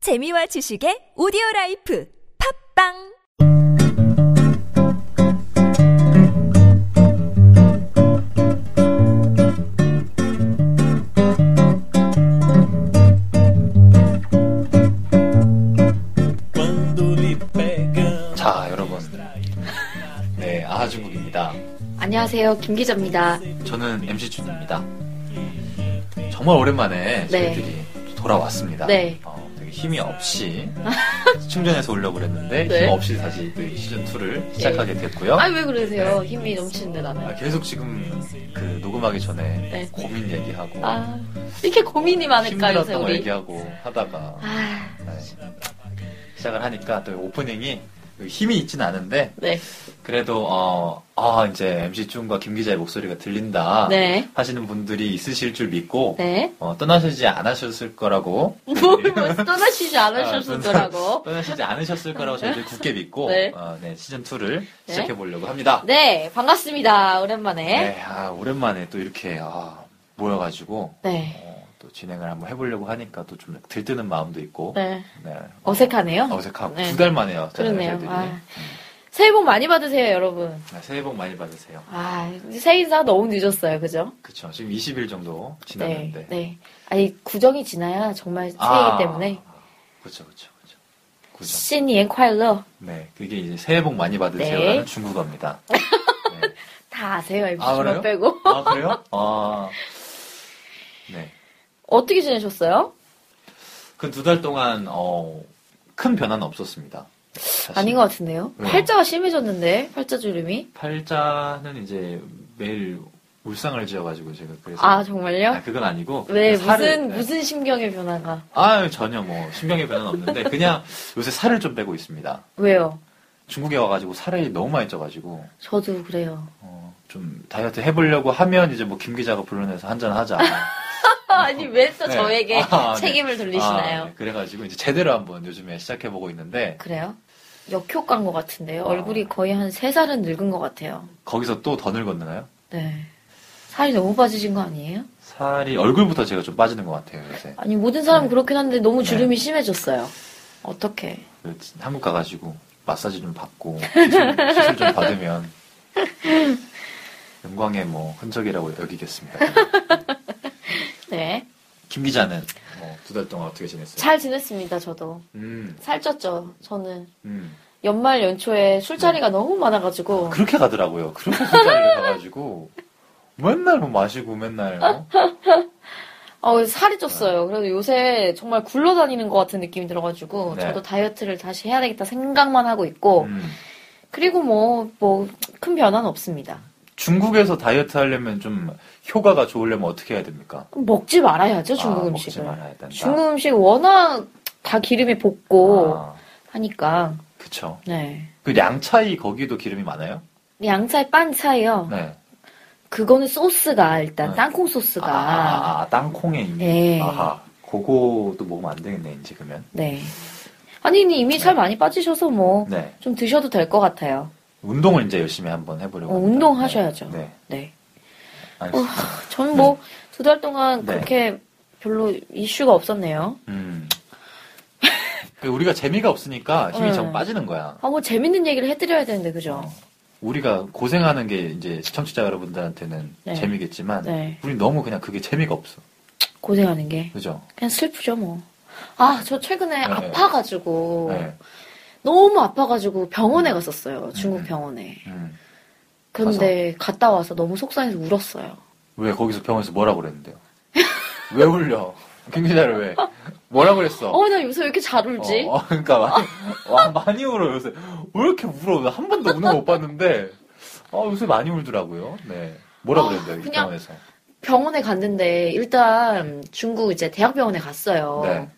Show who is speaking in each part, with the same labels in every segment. Speaker 1: 재미와 지식의 오디오 라이프 팝빵
Speaker 2: Quando lhe pegam.
Speaker 3: 자 여러분 네 아하중국입니다
Speaker 4: 안녕하세요, 김 기자입니다.
Speaker 3: 저는 MC 준입니다 정말 오랜만에
Speaker 4: 네.
Speaker 3: 저희들이 돌아왔습니다
Speaker 4: 네.
Speaker 3: 어, 되게 힘이 없이 충전해서 오려고 그랬는데
Speaker 4: 네. 예.
Speaker 3: 힘 없이 다시 또 시즌2를 시작하게 됐고요
Speaker 4: 아니, 왜 그러세요? 힘이 넘치는데,
Speaker 3: 아,
Speaker 4: 나는.
Speaker 3: 계속 지금 그 녹음하기 전에
Speaker 4: 네.
Speaker 3: 고민 얘기하고
Speaker 4: 아, 이렇게 고민이 많을까, 요새
Speaker 3: 힘들었던 거
Speaker 4: 우리.
Speaker 3: 얘기하고 하다가
Speaker 4: 아,
Speaker 3: 네, 시작을 하니까 또 오프닝이 그 힘이 있진 않은데
Speaker 4: 네.
Speaker 3: 그래도 어, 아 이제 MC 준과 김 기자의 목소리가 들린다
Speaker 4: 네.
Speaker 3: 하시는 분들이 있으실 줄 믿고
Speaker 4: 네.
Speaker 3: 어, 떠나시지 않으셨을 거라고 아,
Speaker 4: 뭘, 뭘 떠나시지 않으셨더라고.
Speaker 3: 떠나시지 않으셨을 거라고 저희들 굳게 믿고
Speaker 4: 네.
Speaker 3: 어, 네, 시즌 2를
Speaker 4: 네.
Speaker 3: 시작해 보려고 합니다.
Speaker 4: 네, 반갑습니다. 오랜만에.
Speaker 3: 네, 아, 오랜만에 또 이렇게 아, 모여가지고
Speaker 4: 네.
Speaker 3: 어, 또 진행을 한번 해보려고 하니까 또 좀 들뜨는 마음도 있고
Speaker 4: 네.
Speaker 3: 네.
Speaker 4: 어색하네요.
Speaker 3: 어색하고
Speaker 4: 네.
Speaker 3: 두 달 만에요.
Speaker 4: 그러네요.
Speaker 3: 저희들이.
Speaker 4: 아. 새해 복 많이 받으세요, 여러분.
Speaker 3: 네, 새해 복 많이 받으세요.
Speaker 4: 아, 새해 인사 너무 늦었어요, 그죠?
Speaker 3: 그쵸. 지금 20일 정도
Speaker 4: 네.
Speaker 3: 지났는데. 아,
Speaker 4: 네. 아니, 구정이 지나야 정말 새해이기 때문에.
Speaker 3: 그렇죠, 그렇죠, 그렇죠. 그죠.
Speaker 4: 신이엔 콰일러.
Speaker 3: 네, 그게 이제 새해 복 많이 받으세요라는
Speaker 4: 네.
Speaker 3: 중국어입니다. 네.
Speaker 4: 다 아세요, MC
Speaker 3: 아,
Speaker 4: 만
Speaker 3: 그래요?
Speaker 4: 빼고.
Speaker 3: 아 그래요? 아, 네.
Speaker 4: 어떻게 지내셨어요?
Speaker 3: 그 두 달 동안 어, 큰 변화는 없었습니다. 사실.
Speaker 4: 아닌 것 같은데요?
Speaker 3: 왜요?
Speaker 4: 팔자가 심해졌는데, 팔자 주름이?
Speaker 3: 팔자는 이제 매일 울상을 지어가지고 제가 그래서
Speaker 4: 아, 정말요?
Speaker 3: 아, 그건 아니고
Speaker 4: 왜,
Speaker 3: 살을-
Speaker 4: 무슨,
Speaker 3: 네.
Speaker 4: 무슨 신경의 변화가?
Speaker 3: 아유 전혀 뭐 신경의 변화는 없는데 그냥 요새 살을 좀 빼고 있습니다.
Speaker 4: 왜요?
Speaker 3: 중국에 와가지고 살이 너무 많이 쪄가지고
Speaker 4: 저도 그래요.
Speaker 3: 어, 좀 다이어트 해보려고 하면 이제 뭐 김 기자가 불러내서 한잔 하자.
Speaker 4: 아니, 왜 또
Speaker 3: 네.
Speaker 4: 저에게
Speaker 3: 아, 네.
Speaker 4: 책임을 돌리시나요?
Speaker 3: 아, 네. 그래가지고 이제 제대로 한번 요즘에 시작해보고 있는데
Speaker 4: 그래요? 역효과인 것 같은데요?
Speaker 3: 아.
Speaker 4: 얼굴이 거의 한 세살은 늙은 것 같아요.
Speaker 3: 거기서 또 더 늙었나요?
Speaker 4: 네. 살이 너무 빠지신 거 아니에요?
Speaker 3: 살이 얼굴부터 제가 좀 빠지는 것 같아요 요새.
Speaker 4: 아니, 모든 사람
Speaker 3: 네.
Speaker 4: 그렇긴 한데 너무
Speaker 3: 네.
Speaker 4: 주름이 심해졌어요. 어떻게?
Speaker 3: 그 한국 가가지고 마사지 좀 받고 시술, 시술 좀 받으면 영광의 뭐 흔적이라고 여기겠습니다.
Speaker 4: 네.
Speaker 3: 김 기자는 뭐 두 달 동안 어떻게 지냈어요?
Speaker 4: 잘 지냈습니다, 저도.
Speaker 3: 음,
Speaker 4: 살쪘죠, 저는.
Speaker 3: 음.
Speaker 4: 연말 연초에
Speaker 3: 네.
Speaker 4: 술자리가 너무 많아가지고.
Speaker 3: 그렇게 가더라고요. 그렇게 술자리를 가가지고 맨날 뭐 마시고 맨날 뭐.
Speaker 4: 어, 살이 쪘어요. 그래도 요새 정말 굴러다니는 것 같은 느낌이 들어가지고,
Speaker 3: 네.
Speaker 4: 저도 다이어트를 다시 해야 되겠다 생각만 하고 있고,
Speaker 3: 음.
Speaker 4: 그리고 뭐, 뭐, 큰 변화는 없습니다.
Speaker 3: 중국에서 다이어트 하려면 좀 효과가 좋으려면 어떻게 해야 됩니까?
Speaker 4: 먹지 말아야죠, 중국
Speaker 3: 아, 먹지
Speaker 4: 음식을.
Speaker 3: 말아야 된다.
Speaker 4: 중국 음식 워낙 다 기름이 볶고
Speaker 3: 아,
Speaker 4: 하니까,
Speaker 3: 그쵸.
Speaker 4: 네.
Speaker 3: 그 양차이 거기도 기름이 많아요?
Speaker 4: 양차이, 빵차이요.
Speaker 3: 네.
Speaker 4: 그거는 소스가 일단
Speaker 3: 네.
Speaker 4: 땅콩
Speaker 3: 아,
Speaker 4: 소스가
Speaker 3: 아, 아, 땅콩에 있는.
Speaker 4: 네.
Speaker 3: 아하. 그거도 먹으면 안 되겠네, 이제 그러면.
Speaker 4: 네. 아니 근데 이미 살 많이 빠지셔서 뭐 좀
Speaker 3: 네.
Speaker 4: 드셔도 될 것 같아요.
Speaker 3: 운동을 이제 열심히 한번 해보려고.
Speaker 4: 어,
Speaker 3: 합니다.
Speaker 4: 운동하셔야죠.
Speaker 3: 네. 네.
Speaker 4: 네.
Speaker 3: 알겠습니다.
Speaker 4: 저는 뭐, 두 달 동안
Speaker 3: 네.
Speaker 4: 그렇게 별로 이슈가 없었네요.
Speaker 3: 음. 그 우리가 재미가 없으니까 힘이
Speaker 4: 네. 그렇죠.
Speaker 3: 좀 빠지는 거야. 어.
Speaker 4: 아, 뭐, 재밌는 얘기를 해드려야 되는데, 그죠?
Speaker 3: 우리가 고생하는 게 이제 시청자 여러분들한테는
Speaker 4: 네.
Speaker 3: 재미겠지만,
Speaker 4: 네.
Speaker 3: 우린 너무 그냥 그게 재미가 없어.
Speaker 4: 고생하는 게.
Speaker 3: 그죠?
Speaker 4: 그냥 슬프죠, 뭐. 아, 저 최근에
Speaker 3: 네.
Speaker 4: 아파가지고,
Speaker 3: 네.
Speaker 4: 너무 아파가지고 병원에 갔었어요.
Speaker 3: 음.
Speaker 4: 중국 병원에.
Speaker 3: 음.
Speaker 4: 그런데 갔다 와서 너무 속상해서 울었어요.
Speaker 3: 왜 거기서 병원에서 뭐라고 그랬는데요? 왜 울려? 김기자를 왜? 뭐라 그랬어?
Speaker 4: 어, 나 요새 왜 이렇게 잘 울지?
Speaker 3: 어, 어, 그러니까 많이, 와, 많이 울어 요새. 왜 이렇게 울어? 나 한 번도 우는 거 못 봤는데. 아 요새 많이 울더라고요. 네. 뭐라
Speaker 4: 아,
Speaker 3: 그랬는데요, 이
Speaker 4: 그냥-
Speaker 3: 병원에서.
Speaker 4: 병원에 갔는데, 일단 중국 이제 대학병원에 갔어요.
Speaker 3: 네.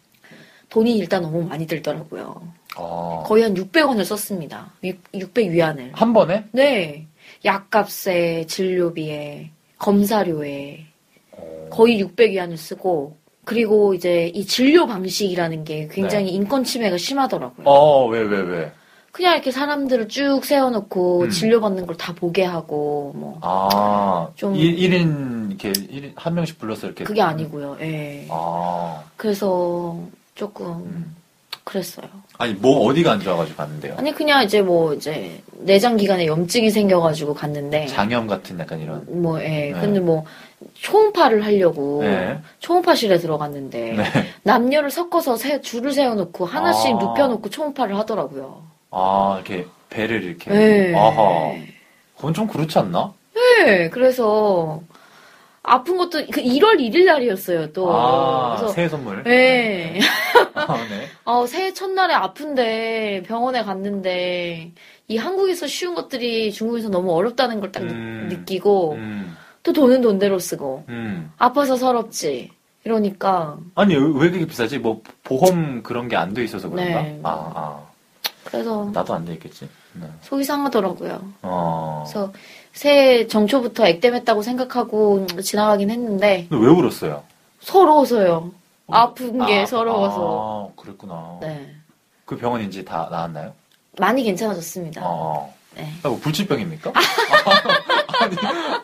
Speaker 4: 돈이 일단 너무 많이 들더라고요.
Speaker 3: 어,
Speaker 4: 거의 한 600원을 썼습니다. 600위안을.
Speaker 3: 한 번에?
Speaker 4: 네. 약값에, 진료비에, 검사료에
Speaker 3: 어,
Speaker 4: 거의 600위안을 쓰고 그리고 이제 이 진료 방식이라는 게 굉장히 인권 침해가 심하더라고요.
Speaker 3: 네. 어, 왜, 왜, 왜?
Speaker 4: 그냥 이렇게 사람들을 쭉 세워놓고
Speaker 3: 음.
Speaker 4: 진료받는 걸 다 보게 하고 뭐
Speaker 3: 아,
Speaker 4: 좀-
Speaker 3: 1, 인 이렇게, 1인, 한 명씩 불러서 이렇게.
Speaker 4: 그게 아니고요. 예.
Speaker 3: 아,
Speaker 4: 그래서 조금
Speaker 3: 음.
Speaker 4: 그랬어요.
Speaker 3: 아니 뭐 어디가 안 좋아가지고 갔는데요.
Speaker 4: 아니 그냥 이제 뭐 이제 내장 기관에 염증이 생겨가지고 갔는데
Speaker 3: 장염 같은 약간 이런.
Speaker 4: 뭐
Speaker 3: 네.
Speaker 4: 예. 근데 뭐 초음파를 하려고
Speaker 3: 네.
Speaker 4: 초음파실에 들어갔는데
Speaker 3: 네.
Speaker 4: 남녀를 섞어서 세- 줄을 세워놓고 하나씩
Speaker 3: 아.
Speaker 4: 눕혀놓고 초음파를 하더라고요.
Speaker 3: 아 이렇게 배를 이렇게.
Speaker 4: 예.
Speaker 3: 음. 아하. 그건 좀 그렇지 않나?
Speaker 4: 네, 그래서 아픈 것도 그 1월 1일 날이었어요. 또
Speaker 3: 아
Speaker 4: 그래서
Speaker 3: 새해 선물.
Speaker 4: 네.
Speaker 3: 아, 네.
Speaker 4: 아, 새해 첫날에 아픈데 병원에 갔는데 이 한국에서 쉬운 것들이 중국에서 너무 어렵다는 걸 딱
Speaker 3: 음.
Speaker 4: 느끼고
Speaker 3: 음,
Speaker 4: 또 돈은 돈대로 쓰고
Speaker 3: 음.
Speaker 4: 아파서 서럽지 이러니까
Speaker 3: 아니 왜- 왜 그렇게 비싸지? 뭐 보험 그런 게 안 돼 있어서 그런가?
Speaker 4: 네.
Speaker 3: 아, 아
Speaker 4: 그래서
Speaker 3: 나도 안 돼 있겠지. 네.
Speaker 4: 속이 상하더라고요.
Speaker 3: 어.
Speaker 4: 그래서 새해 정초부터 액땜했다고 생각하고 지나가긴 했는데
Speaker 3: 근데 왜 울었어요?
Speaker 4: 서러워서요. 아픈 게
Speaker 3: 아,
Speaker 4: 서러워서.
Speaker 3: 아, 그랬구나.
Speaker 4: 네.
Speaker 3: 그 병원 이제 다 나았나요?
Speaker 4: 많이 괜찮아졌습니다.
Speaker 3: 어.
Speaker 4: 네.
Speaker 3: 아, 뭐 불치병입니까? 아니,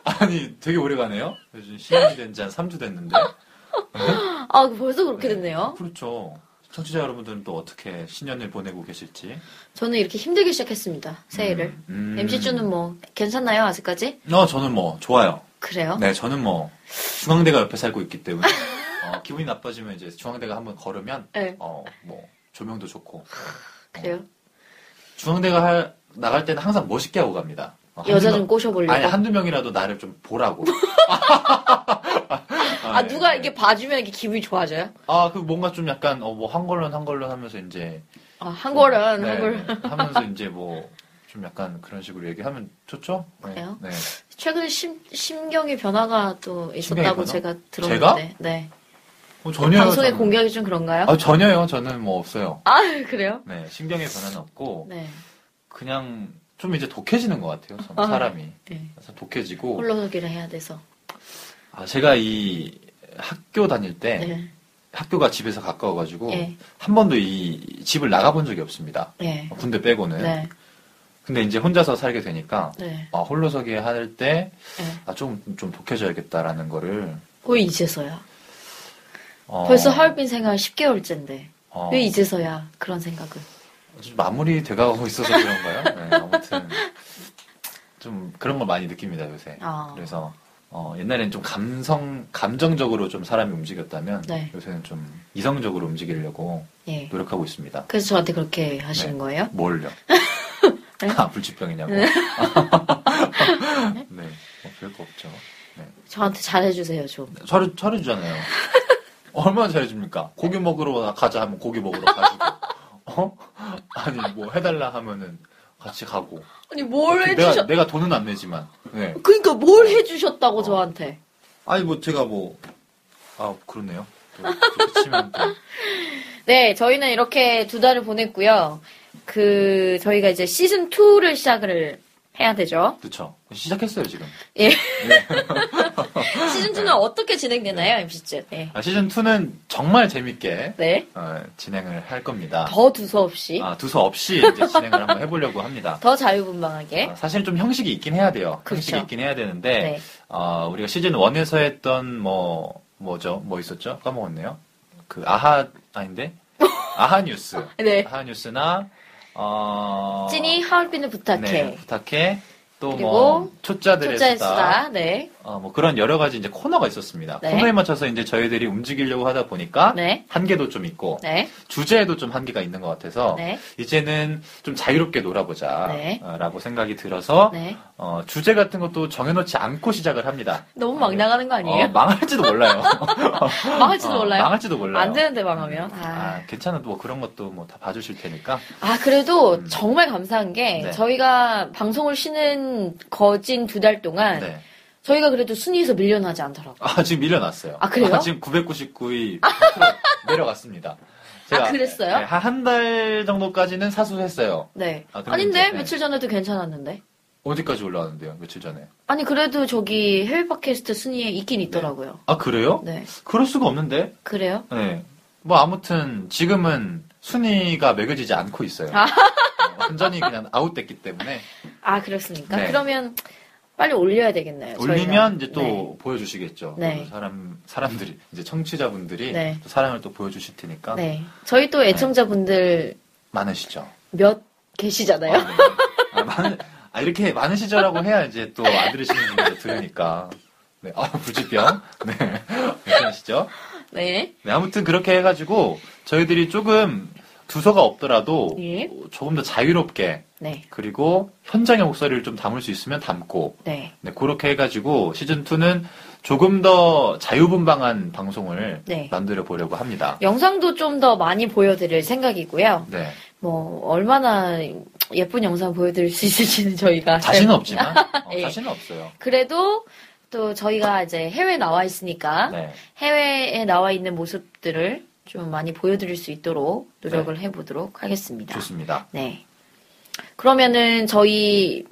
Speaker 3: 아니, 되게 오래 가네요. 요즘 신혼이 된 지 한 3주 됐는데.
Speaker 4: 아, 벌써 그렇게 됐네요.
Speaker 3: 그렇죠. 청취자 여러분들은 또 어떻게 신년을 보내고 계실지.
Speaker 4: 저는 이렇게 힘들게 시작했습니다. 새해를.
Speaker 3: 음, 음.
Speaker 4: MC주는 뭐 괜찮나요? 아직까지?
Speaker 3: 어, 저는 뭐, 좋아요.
Speaker 4: 그래요?
Speaker 3: 네, 저는 뭐, 중앙대가 옆에 살고 있기 때문에, 어, 기분이 나빠지면 이제 중앙대가 한번 걸으면,
Speaker 4: 네,
Speaker 3: 어, 뭐, 조명도 좋고. 어,
Speaker 4: 그래요.
Speaker 3: 중앙대가 할- 나갈 때는 항상 멋있게 하고 갑니다. 어,
Speaker 4: 여자
Speaker 3: 한두
Speaker 4: 좀 꼬셔보려고.
Speaker 3: 아니 한두 명이라도 나를 좀 보라고.
Speaker 4: 아,
Speaker 3: 예,
Speaker 4: 누가
Speaker 3: 예.
Speaker 4: 이렇게 봐주면 이렇게 기분이 좋아져요?
Speaker 3: 아, 그 뭔가 좀 약간 어 뭐 한걸런 한걸런 하면서 이제
Speaker 4: 아, 한골은,
Speaker 3: 네,
Speaker 4: 한골.
Speaker 3: 네, 하면서 이제 뭐 좀 약간 그런 식으로 얘기하면 좋죠? 네,
Speaker 4: 그래요?
Speaker 3: 네.
Speaker 4: 최근에 심, 심경의 변화가 또 있었다고
Speaker 3: 변화?
Speaker 4: 제가 들었는데.
Speaker 3: 제가?
Speaker 4: 네.
Speaker 3: 어, 전혀요.
Speaker 4: 방송에
Speaker 3: 저는.
Speaker 4: 공개하기 좀 그런가요?
Speaker 3: 아, 전혀요. 저는 뭐 없어요.
Speaker 4: 아, 그래요?
Speaker 3: 네, 신경의 변화는 없고
Speaker 4: 네.
Speaker 3: 그냥 좀 이제 독해지는 것 같아요. 참,
Speaker 4: 아.
Speaker 3: 사람이.
Speaker 4: 네.
Speaker 3: 그래서 독해지고
Speaker 4: 홀로서기를 해야 돼서.
Speaker 3: 아, 제가 이 학교 다닐 때
Speaker 4: 네.
Speaker 3: 학교가 집에서 가까워가지고
Speaker 4: 예.
Speaker 3: 한 번도 이 집을 나가본 적이 없습니다.
Speaker 4: 네.
Speaker 3: 군대 빼고는.
Speaker 4: 네.
Speaker 3: 근데 이제 혼자서 살게 되니까
Speaker 4: 네.
Speaker 3: 아, 홀로서기 할 때
Speaker 4: 네.
Speaker 3: 아, 좀, 좀 독해져야겠다라는 거를
Speaker 4: 왜 이제서야?
Speaker 3: 어,
Speaker 4: 벌써 하얼빈 생활 10개월째인데.
Speaker 3: 어,
Speaker 4: 왜 이제서야 그런 생각을.
Speaker 3: 좀 마무리 돼가고 있어서 그런가요? 네, 아무튼 좀 그런 걸 많이 느낍니다 요새.
Speaker 4: 아.
Speaker 3: 그래서 어, 옛날엔 좀 감성 감정적으로 좀 사람이 움직였다면
Speaker 4: 네.
Speaker 3: 요새는 좀 이성적으로 움직이려고
Speaker 4: 예.
Speaker 3: 노력하고 있습니다.
Speaker 4: 그래서 저한테 그렇게 하시는
Speaker 3: 네.
Speaker 4: 거예요?
Speaker 3: 뭘요?
Speaker 4: 네?
Speaker 3: 아, 불치병이냐고. 네, 뭐 별거 없죠.
Speaker 4: 저한테 잘해주세요, 좀.
Speaker 3: 차려, 차려주잖아요. 얼마나 잘해줍니까? 고기 먹으러 가자 하면 고기 먹으러 가지고. 어? 아니, 뭐 해달라 하면은 같이 가고.
Speaker 4: 아니, 뭘
Speaker 3: 내가, 내가 돈은 안 내지만. 어. 네.
Speaker 4: 그러니까 뭘 해주셨다고 저한테.
Speaker 3: 아니, 뭐 제가 뭐. 아, 그러네요. 또 그렇게 치면 또.
Speaker 4: 네, 저희는 이렇게 두 달을 보냈고요. 그 저희가 이제 시즌 2를 시작을 해야 되죠.
Speaker 3: 그쵸. 시작했어요, 지금.
Speaker 4: 예.
Speaker 3: 네.
Speaker 4: 시즌 2는 어떻게 진행되나요, MC즈? 네.
Speaker 3: 아, 시즌2는 정말 재밌게
Speaker 4: 네.
Speaker 3: 어, 진행을 할 겁니다.
Speaker 4: 더 두서없이,
Speaker 3: 아, 두서 없이 이제 진행을 한번 해보려고 합니다.
Speaker 4: 더 자유분방하게.
Speaker 3: 아, 사실 좀 형식이 있긴 해야 돼요. 형식이
Speaker 4: 네? 그렇죠.
Speaker 3: 있긴 해야 되는데
Speaker 4: 네.
Speaker 3: 아, 우리가 시즌 1에서 했던 뭐 뭐죠? 뭐 있었죠? 까먹었네요. 그 아하 아닌데 아하 뉴스.
Speaker 4: 네.
Speaker 3: 아하 뉴스나 어
Speaker 4: 찐이 하얼빈을 부탁해.
Speaker 3: 네, 부탁해. 또 뭐
Speaker 4: 그리고
Speaker 3: 초짜들의
Speaker 4: 초짜의
Speaker 3: 수다.
Speaker 4: 수다. 네.
Speaker 3: 어, 뭐 그런 여러 가지 이제 코너가 있었습니다.
Speaker 4: 네.
Speaker 3: 코너에 맞춰서 이제 저희들이 움직이려고 하다 보니까
Speaker 4: 네.
Speaker 3: 한계도 좀 있고
Speaker 4: 네.
Speaker 3: 주제에도 좀 한계가 있는 것 같아서
Speaker 4: 네.
Speaker 3: 이제는 좀 자유롭게 어,
Speaker 4: 네.
Speaker 3: 놀아보자라고 생각이 들어서
Speaker 4: 네.
Speaker 3: 어, 주제 같은 것도 정해놓지 않고 시작을 합니다.
Speaker 4: 너무 막 나가는 거
Speaker 3: 어,
Speaker 4: 아니에요?
Speaker 3: 망할지도 몰라요.
Speaker 4: 망할지도
Speaker 3: 어,
Speaker 4: 몰라요.
Speaker 3: 망할지도 몰라요.
Speaker 4: 안 되는데 망하면. 아.
Speaker 3: 아, 괜찮아. 뭐 그런 것도 뭐 다 봐주실 테니까.
Speaker 4: 아, 그래도
Speaker 3: 음.
Speaker 4: 정말 감사한 게
Speaker 3: 네.
Speaker 4: 저희가 방송을 쉬는 거진 두 달 동안
Speaker 3: 네.
Speaker 4: 저희가 그래도 순위에서 밀려나지 않더라고요.
Speaker 3: 아, 지금 밀려났어요.
Speaker 4: 아, 그래요?
Speaker 3: 지금 999위 내려갔습니다. 네,
Speaker 4: 아, 그랬어요?
Speaker 3: 한 달 정도까지는 사수했어요.
Speaker 4: 네.
Speaker 3: 아, 그럼
Speaker 4: 아닌데
Speaker 3: 이제, 네.
Speaker 4: 며칠 전에도 괜찮았는데.
Speaker 3: 어디까지 올라왔는데요, 며칠 전에.
Speaker 4: 아니 그래도 저기 해외 팟캐스트 순위에 있긴 있더라고요.
Speaker 3: 아, 그래요?
Speaker 4: 네.
Speaker 3: 그럴 수가 없는데?
Speaker 4: 그래요?
Speaker 3: 네. 뭐 아무튼 지금은 순위가 매겨지지 않고 있어요. 네,
Speaker 4: 아.
Speaker 3: 어, 완전히 그냥 아웃됐기 때문에.
Speaker 4: 아 그렇습니까?
Speaker 3: 네.
Speaker 4: 그러면 빨리 올려야 되겠네요. 저희가.
Speaker 3: 올리면 이제 또
Speaker 4: 네.
Speaker 3: 보여주시겠죠.
Speaker 4: 네.
Speaker 3: 그리고 사람 사람들이 이제 청취자분들이
Speaker 4: 네.
Speaker 3: 또 사랑을 또 보여주실 테니까
Speaker 4: 네. 저희 또 애청자분들
Speaker 3: 많으시죠.
Speaker 4: 몇
Speaker 3: 아,
Speaker 4: 계시잖아요.
Speaker 3: 네. 아, 많은- 아, 이렇게 많으시죠라고 해야 이제 또 안 들으시는 분들 들으니까. 네, 아, 불치병. 네, 괜찮으시죠?
Speaker 4: 네.
Speaker 3: 네, 아무튼 그렇게 해가지고 저희들이 조금 두서가 없더라도
Speaker 4: 예.
Speaker 3: 조금 더 자유롭게
Speaker 4: 네.
Speaker 3: 그리고 현장의 목소리를 좀 담을 수 있으면 담고
Speaker 4: 네.
Speaker 3: 네, 그렇게 해가지고 시즌 2는 조금 더 자유분방한 방송을
Speaker 4: 네.
Speaker 3: 만들어 보려고 합니다.
Speaker 4: 영상도 좀 더 많이 보여드릴 생각이고요.
Speaker 3: 네,
Speaker 4: 뭐 얼마나 예쁜 영상 보여드릴 수 있을지는 저희가
Speaker 3: 자신은 없지만 어,
Speaker 4: 아, 예.
Speaker 3: 자신은 없어요.
Speaker 4: 그래도 또 저희가 이제 해외 나와 있으니까
Speaker 3: 네,
Speaker 4: 해외에 나와 있는 모습들을 좀 많이 보여드릴 수 있도록 노력을 해보도록 하겠습니다.
Speaker 3: 네. 좋습니다.
Speaker 4: 네. 그러면은 저희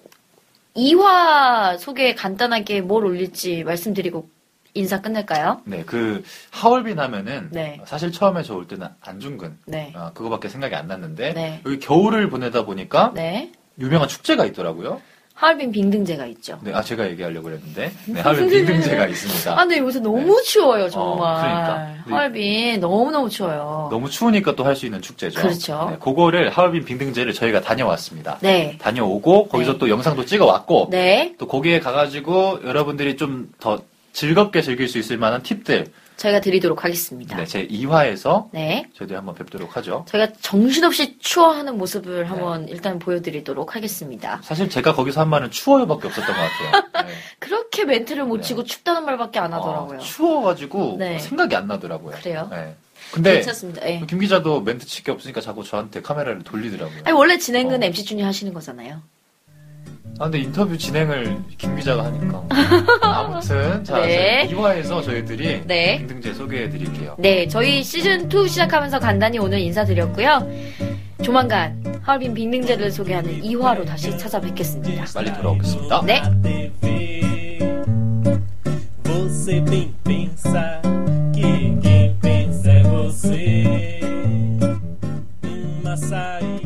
Speaker 4: 2화 소개 간단하게 뭘 올릴지 말씀드리고 인사 끝낼까요?
Speaker 3: 네, 그 하얼빈 하면은
Speaker 4: 네.
Speaker 3: 사실 처음에 저 올 때는 안중근
Speaker 4: 네.
Speaker 3: 아, 그거밖에 생각이 안 났는데
Speaker 4: 네.
Speaker 3: 여기 겨울을 보내다 보니까
Speaker 4: 네.
Speaker 3: 유명한 축제가 있더라고요.
Speaker 4: 하얼빈 빙등제가 있죠.
Speaker 3: 네, 아 제가 얘기하려고 그랬는데 네, 하얼빈 빙등제가 있습니다.
Speaker 4: 아, 근데 요새 너무 추워요, 정말.
Speaker 3: 네. 어, 그러니까. 근데-
Speaker 4: 하얼빈 너무너무 추워요.
Speaker 3: 너무 추우니까 또 할 수 있는 축제죠.
Speaker 4: 네. 그렇죠.
Speaker 3: 네, 그거를 하얼빈 빙등제를 저희가 다녀왔습니다.
Speaker 4: 네.
Speaker 3: 다녀오고 거기서
Speaker 4: 네.
Speaker 3: 또 영상도 찍어왔고
Speaker 4: 네.
Speaker 3: 또 거기에 가가지고 여러분들이 좀 더 즐겁게 즐길 수 있을 만한 팁들
Speaker 4: 저희가 드리도록 하겠습니다.
Speaker 3: 네, 제 2화에서
Speaker 4: 네.
Speaker 3: 저희들이 한번 뵙도록 하죠.
Speaker 4: 저희가 정신없이 추워하는
Speaker 3: 네.
Speaker 4: 모습을 한번 일단 보여드리도록 하겠습니다.
Speaker 3: 사실 제가 거기서 한 말은 추워요밖에 없었던 것 같아요. 네.
Speaker 4: 그렇게 멘트를 못
Speaker 3: 네.
Speaker 4: 치고 춥다는 말밖에 안 하더라고요.
Speaker 3: 아, 추워가지고
Speaker 4: 네.
Speaker 3: 생각이 안 나더라고요.
Speaker 4: 그래요?
Speaker 3: 네. 근데
Speaker 4: 괜찮습니다. 예.
Speaker 3: 김 기자도 멘트 칠 게 없으니까 자꾸 저한테 카메라를 돌리더라고요.
Speaker 4: 아니, 원래 진행은
Speaker 3: 어.
Speaker 4: MC 준이 하시는 거잖아요.
Speaker 3: 아, 근데 인터뷰 진행을 김 기자가 하니까. 아무튼, 자,
Speaker 4: 네.
Speaker 3: 2화에서 저희들이
Speaker 4: 네.
Speaker 3: 김등재 소개해 드릴게요.
Speaker 4: 네, 저희 시즌2 시작하면서 간단히 오늘 인사드렸고요. 조만간 하얼빈 빙빙제를 소개하는 2화로 다시 찾아뵙겠습니다.
Speaker 3: 빨리 돌아오겠습니다.
Speaker 4: 네.
Speaker 2: na TV. Você bem pensa que quem pensa é você. Uma saída.